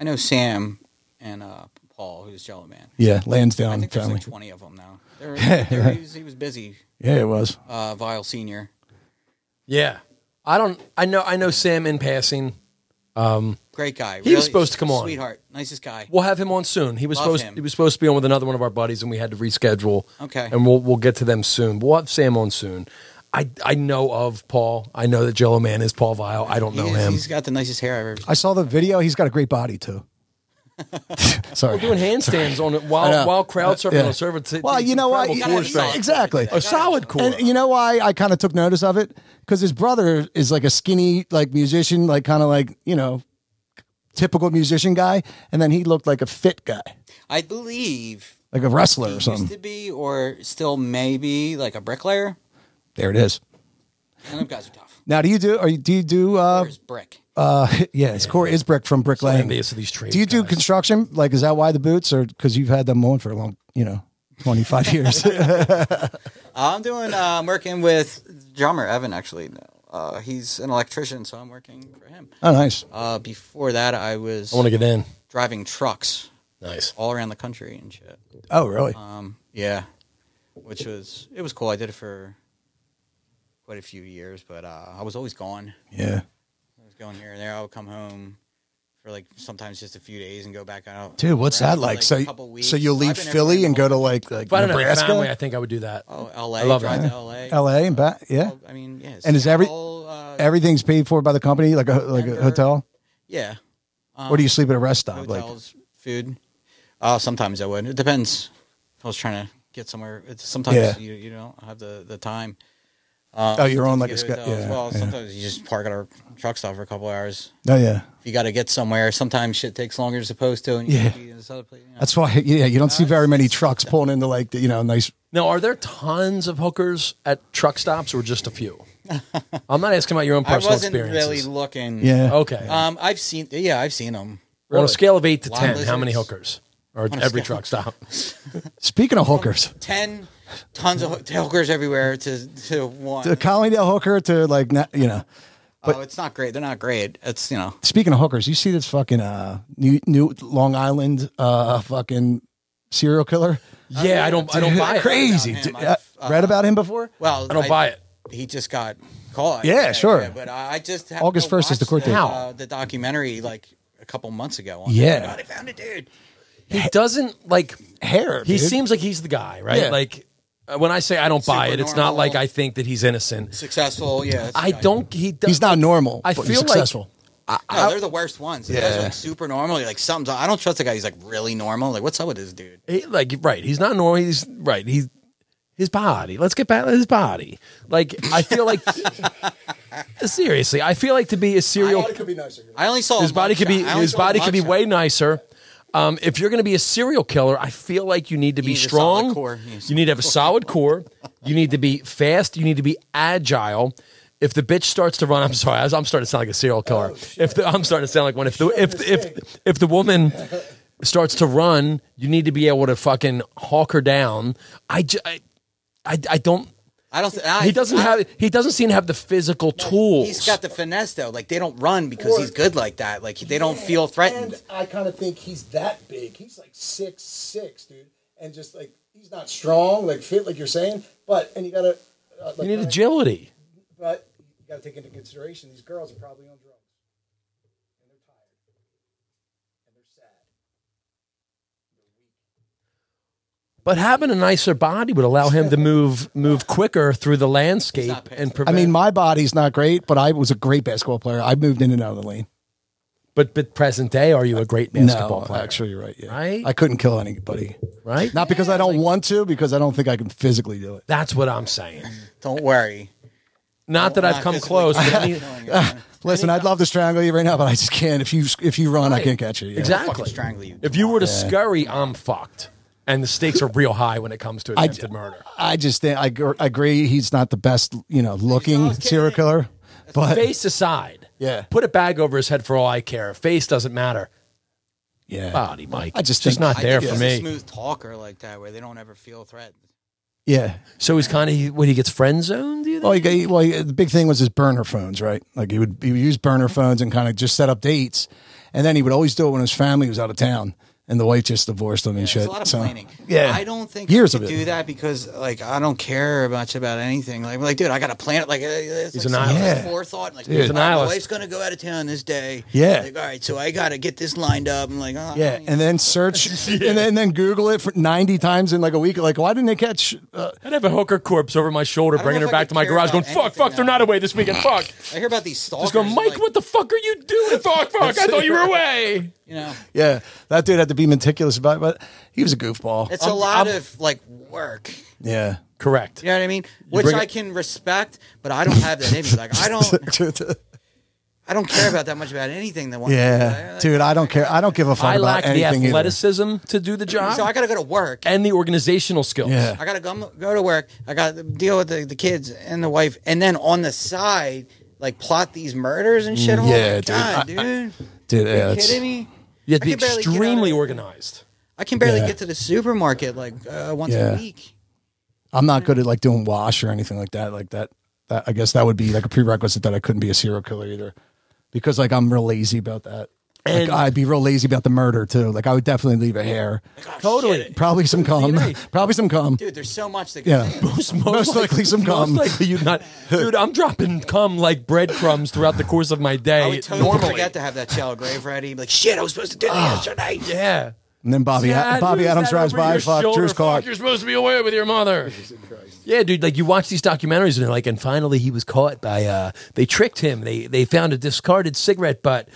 I know Sam and uh, Paul, who's Jello Man.
yeah
I
Lansdowne
think there's
family.
like 20 of them now. They're, they're, he, was, he was busy,
yeah, it was.
uh, Vile Senior.
Yeah. I don't. I know. I know Sam in passing.
Great guy.
He was supposed to come on.
Sweetheart. Nicest guy.
We'll have him on soon. He was
Love
supposed
him.
he was supposed to be on with another one of our buddies, and we had to reschedule.
Okay.
and we'll we'll get to them soon. We'll have Sam on soon. I I know of Paul. I know that Jello Man is Paul Vile. I don't
He
know
is-
him.
He's got the nicest hair I've ever seen.
I saw the video. He's got a great body too. Sorry.
Doing handstands on it
know.
while while crowd surfing
yeah.
on server. t-
well,
it's
you know what?
incredible
gotta
core
be
strength.
solid.
exactly.
A solid core.
And you know why I kind of took notice of it? Because his brother is like a skinny, like musician, like kind of like you know, typical musician guy, and then he looked like a fit guy,
I believe
like a wrestler
he
or
used
Um.
something.
to be, or still maybe, like a bricklayer.
There it is.
And them guys are tough.
Now, do you do? Are you, do you do? Uh,
Where's brick?
uh, yeah, it's Corey Isbrick from Brick Lane.
envious of these trades.
Do you do construction? Like, is that why the boots, or because you've had them on for a long, you know, twenty five years? Oh,
I'm doing. Uh, I'm working with drummer Evan. Actually, uh, he's an electrician, so I'm working for him.
oh, nice.
Uh, before that, I was
I want to get in.
driving trucks
Nice.
all around the country and shit.
Oh, really?
Um, yeah, which was it was cool. I did it for quite a few years, but uh, I was always gone.
Yeah.
I was going here and there. I would come home for like sometimes just a few days and go back out.
Dude, what's
around
that
for,
like?
a couple
So,
weeks.
so you'll
I've
leave
been
Philly
everywhere.
and go to like like
If I don't have a
Nebraska,
family, I think I would do that.
Oh, L.A.
I love
drive
that.
to L.A.
L.A. and back. Yeah,
I mean, yes.
And is every-
uh,
everything's paid for by the company, like a like a
Denver.
hotel.
yeah? Um,
Or do you sleep at a rest stop? Like,
hotels, food? Uh, sometimes I would. It depends. If I was trying to get somewhere, it's, sometimes
Yeah.
you you don't have the the time.
oh, you're on
to
like a
get
sky.
hotel uh, as
Yeah,
well,
yeah.
sometimes you just park at our truck stop for a couple hours.
Oh, yeah.
If you got to get somewhere, sometimes shit takes longer as opposed to. And you
Yeah.
could be in this other place. you know.
That's why. Yeah, you don't see very many trucks pulling into like the, you know nice.
Now, are there tons of hookers at truck stops or just a few? I'm not asking about your own
I
personal
wasn't
experiences.
really looking.
Yeah.
Okay.
Um, I've seen. Yeah, I've seen them.
On a scale of eight to
Wild
ten, how many
lizards.
hookers are at every truck stop?
Speaking of hookers,
Ten tons of ho- hookers everywhere to to one.
the Collingdale hooker to like na- you know.
oh, it's not great. They're not great. It's you know.
Speaking of hookers, you see this fucking uh new new Long Island uh fucking serial killer.
yeah, I don't. I don't buy it.
Crazy.
About him,
Dude, uh,
I've, uh,
read about him before.
Well,
I don't buy it.
He just got caught.
Yeah, sure.
but I I just happened
August
to
1st is
watch
the court
the,
date.
Uh, the documentary like a couple months ago. On it.
Yeah.
God, I found a dude.
He doesn't like.
Hair.
He
dude.
seems like he's the guy, right?
Yeah.
Like uh, when I say I don't buy it, it's not
Supernormal.
like I think that he's innocent.
Successful. Yeah,
I don't. He does,
He's not normal.
I
but
feel
he's
like-
successful.
No, they're the worst ones. Yeah,
Yeah.
like super normal. You're Like something's. I don't trust the guy. He's like really normal. Like what's up with this dude?
he- like right. He's not normal. He's right. He's his body. Let's get back to his body. Like I feel like seriously, I feel like to be a serial.
be nicer.
I only saw
his body could be
mugshot. Oh, I only
his
saw the
body could be
mugshot.
way nicer. Um, if you're going to be a serial killer, I feel like you need to be
need a solid
strong.
core. You need
You need to have a solid core. You need to be fast. You need to be agile. If the bitch starts to run, I'm sorry, I was- I'm starting to sound like a serial killer.
Oh,
if the, I'm starting to sound like one. If the if if if the woman starts to run, you need to be able to fucking hawk her down. I ju- I, I, I don't.
I don't. I,
He doesn't
I-
have. He doesn't seem to have the physical tools.
He's got the finesse though. Like they don't run because
Or-
he's good like that. Like they don't feel threatened.
And I kind of think he's that big. He's like six six, dude, and just like he's not strong, like fit, like you're saying. But and you gotta
You need agility.
But you got to take into consideration these girls are probably on drugs, and they're tired, and they're sad.
But having a nicer body would allow him to move move quicker through the landscape
not
and
I
prevent.
mean, my body's not great, but I was a great basketball player. I moved in and out of the lane.
but but present day, are you a great basketball
no,
player?
actually, you're right. Yeah.
Right?
I couldn't kill anybody.
right?
Not because I don't want to, because I don't think I can physically do it.
That's what I'm saying.
Don't worry.
Not that I've
Not
come
physically
close. but I
killing
mean-
you, man.
Listen, I'd love to strangle you right now, but I just can't. If you if you run, I can't catch you. yeah.
Exactly.
Fucking strangle you.
If you were to scurry, I'm fucked. And the stakes are real high when it comes to attempted murder.
I just think I, gr- I agree. He's not the best, you know, looking serial killer, but
Face aside,
Yeah.
Put a bag over his head for all I care. Face doesn't matter.
yeah,
Body, Mike.
I just
just
think-
not
I
there
think
for
he's
me.
A smooth talker like that, where they don't ever feel threatened.
yeah.
So he's kind of when he gets friend zoned. Do you think?
Well, he, got- he- well, he, the big thing was his burner phones, right? Like he would, he would use
Mm-hmm.
burner phones and kind of just set up dates, and then he would always do it when his family was out of town and the wife just divorced him and shit.
It's a lot of
So,
planning.
Yeah,
I don't think
years
I
of
could
it.
do that because like I don't care much about anything. Like, I'm like dude, I got to plan it. Like, uh, it's
He's
like
a
some
nihilist.
Forethought. Like,
He's a
all right,
nihilist.
My wife's gonna go out of town this day.
Yeah.
Like, all right, so I got to get this lined up. I'm like, oh,
Yeah, and then search and then, then Google it for ninety times in like a week. Like, why didn't they catch? Uh,
I'd have a hooker corpse over my shoulder,
don't
bringing
know
her
if I
back
could
to my
care
garage, going,
about
"Fuck,
anything
fuck, they're
now."
not away this weekend. Fuck."
I hear about these stalkers.
Just go, Mike.
like,
what the fuck are you doing? Fuck, fuck. I thought you were away.
You know,
yeah, that dude had to be meticulous about it, but he was a goofball.
it's a lot of like work.
yeah.
Correct.
You know what I mean? Which
bring
I
it-
can respect, but I don't have that in me. Like, I don't. I don't care about that much about anything. That one.
yeah, dude, I don't care. I don't give a fuck
I
about
lack the
anything either.
athleticism to do the job
So I got to go to work.
and the organizational skills.
Yeah.
I gotta go, go to work. I gotta deal with the, the kids and the wife, and then on the side, like plot these murders and shit. Oh my
Mm, yeah, dude.
God, dude.
Dude, yeah, it's-
kidding me?
You have to be
I can barely get out of-
extremely organized.
I can barely
Yeah.
get to the supermarket like uh, once
Yeah.
a week.
I'm not good at like doing wash or anything like that. Like that, that I guess that would be like a prerequisite that I couldn't be a serial killer either, because like I'm real lazy about that.
And-
like I'd be real lazy about the murder too. Like I would definitely leave a hair,
Totally.
probably some cum, probably some cum.
Dude, there's so much that.
Yeah,
Most,
Most likely some cum.
Most likely you not, dude. I'm dropping cum like breadcrumbs throughout the course of my day.
I would totally
normally,
forget to have that child grave ready. Like shit, I was supposed to do
Ah.
that yesterday.
yeah.
and then Bobby
Dad,
Bobby
who's
Adams
that
drives
over
by,
your
fuck
shoulder?
Drew's
Fuck,
car.
You're supposed to be away with your mother. Yeah, dude. Like you watch these documentaries and they're like, and finally he was caught by. uh They tricked him. They they found a discarded cigarette butt.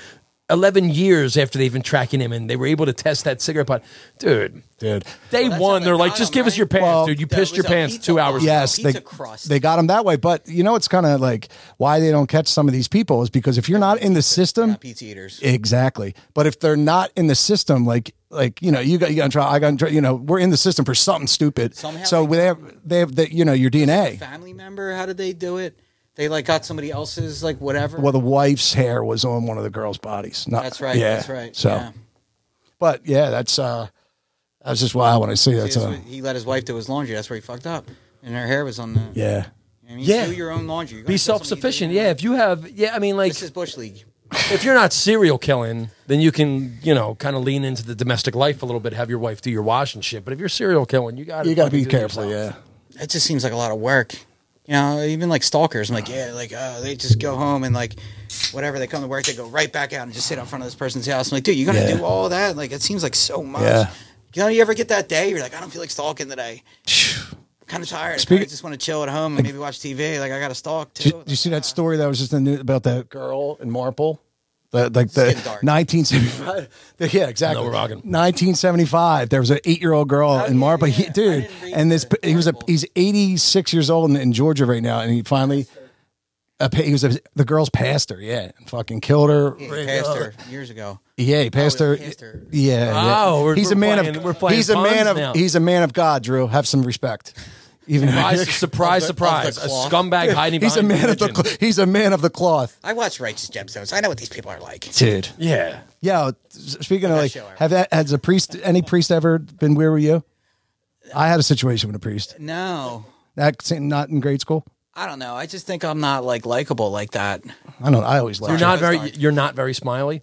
Eleven years after they've been tracking him, and they were able to test that cigarette butt, dude.
Dude,
Day
that's how
one,
they
they're like,
got
just
him,
give us
right?
your pants,
Well,
dude. You
that
pissed your
was a
pants
pizza
two hours.
box.
ago."
yes, they,
Pizza crust.
they got him that way. But you know, it's kind of like why they don't catch some of these people is because if you're not in the system,
Not pizza eaters.
Exactly. But if they're not in the system, like like you know, you got you got to try. I got to try, you know, we're in the system for something stupid.
Somehow
so they have they have the, you know your DNA.
Family member, how did they do it? They like got somebody else's like whatever.
Well, the wife's hair was on one of the girls' bodies. Not,
that's right.
yeah.
That's right.
So,
yeah.
but yeah, that's uh, that's just why when I see that.
That's
So
what- he let his wife do his laundry. That's where he fucked up, and her hair was on the.
yeah,
I mean,
Yeah.
do your own laundry. You're gonna
be
kill
self
somebody,
sufficient.
do your
Yeah,
own-
if you have, yeah, I mean, like,
This is bush league.
if you're not serial killing, then you can, you know, kind of lean into the domestic life a little bit, have your wife do your wash and shit. But if you're serial killing, you got
you got to be careful. Yeah,
It just seems like a lot of work. You know, even like stalkers. I'm like, yeah, like uh, they just go home and like whatever they come to work, they go right back out and just sit out front of this person's house. I'm like, dude, you gotta
Yeah.
do all that. Like it seems like so much.
Yeah.
You know, you ever get that day? You're like, I don't feel like stalking today. I'm kind of tired. I
Speak-
kinda just want to chill at home and maybe watch TV. Like I gotta stalk too.
Did you, did you see that story that was just in the news about that girl in Marple? The, like the
getting dark.
1975. the- yeah, exactly.
No, we're rocking.
1975. There was an eight-year-old girl in
yeah,
Marple,
yeah.
He-
I
dude.
didn't read
And this,
the
he was a,
article.
he's 86 years old in, in Georgia right now, and he finally. A, pa- he was a, the girl's pastor, yeah, and fucking killed her.
Yeah, he
uh,
passed her years ago.
Yeah, he passed
Oh,
her.
he passed her.
Yeah,
Oh,
yeah.
we're-
he's
we're
a man
playing-
of
we're playing
he's a man
puns
of
now.
he's a man of God. Drew, have some respect. Even
Surprise, surprise, surprise.
the
A
cloth.
scumbag hiding
he's a
behind
man of the
religion.
cl- he's a man of the cloth.
I watch Righteous Gemstones. I know what these people are like.
dude.
Yeah.
Yeah, speaking of like,
show, Aaron.
have that has a priest any priest ever been where were you? I had a situation with a priest.
No.
That not in grade school.
I don't know. I just think I'm not like likable like that.
I don't. I always
You're
laugh.
not very, you're not very smiley.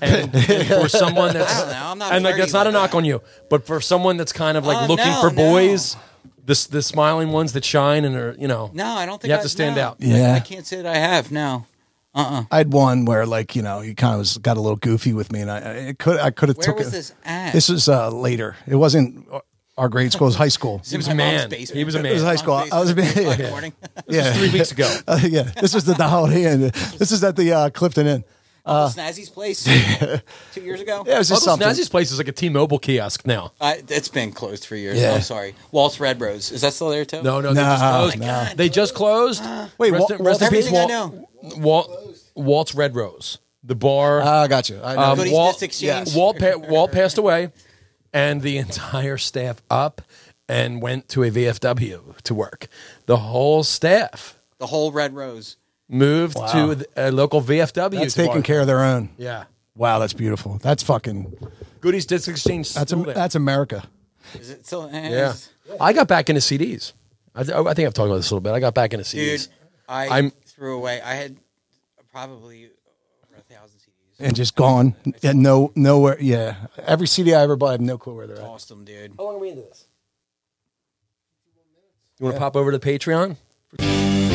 And, and for someone that's,
I don't know. I'm not
and like,
flirty
that's not a
like
knock
that.
on you, but for someone that's kind of like
Oh,
looking
no,
for
no.
boys, the the smiling ones that shine and are you know
No, I don't think
You have
I-
to stand
no.
out.
I-
Yeah.
I, can't say that I have. No,
I had one where like you know he kind of was got a little goofy with me, and I, I it could I could have
where
took
was
it.
this at?
This was uh, later. It wasn't our grade school. It was high school.
It's in
was
my
a
mom's
man.
basement.
He was a man.
It was high school. I was a
Mom's
man.
basement.
Yeah.
Morning.
Yeah.
three weeks ago.
Uh, yeah, this was the, the Holiday Inn. This is at the uh, Clifton Inn.
Snazzy's place two years ago.
Yeah, it was just
Although
something.
Snazzy's place is like a T-Mobile kiosk now.
I, it's been closed for years.
Yeah.
I'm sorry. Waltz Red Rose is that still there too?
No, no, they
Nah,
just closed.
nah. Oh my
They just closed.
Wait,
rest,
Wal-
in- rest in
Everything
peace,
I
Walt,
know.
Walt, Walt's Red Rose, the bar.
Ah, got you. I know.
Um,
Goodies
Walt,
Exchange.
yes. Walt, pa- Walt passed away, and the entire staff up and went to a VFW to work. The whole staff
the whole Red Rose.
moved to th- a local VFW.
That's
to
taking
work.
care of their own.
Yeah,
Wow, that's beautiful. That's fucking.
Goodies Disc Exchange.
That's
still
am-
there.
that's America.
Is it still? eh,
yeah.
it's-
I got back into CDs. I, th- oh, I think I've talked about this a little bit. I got back into
dude.
CDs.
I
I'm-
threw away. I had probably over a thousand CDs.
And just gone. Yeah, no, nowhere. Yeah, every CD I ever bought, I have no clue where they're at.
Lost them, dude.
How long are we into this? You want to pop over to Patreon?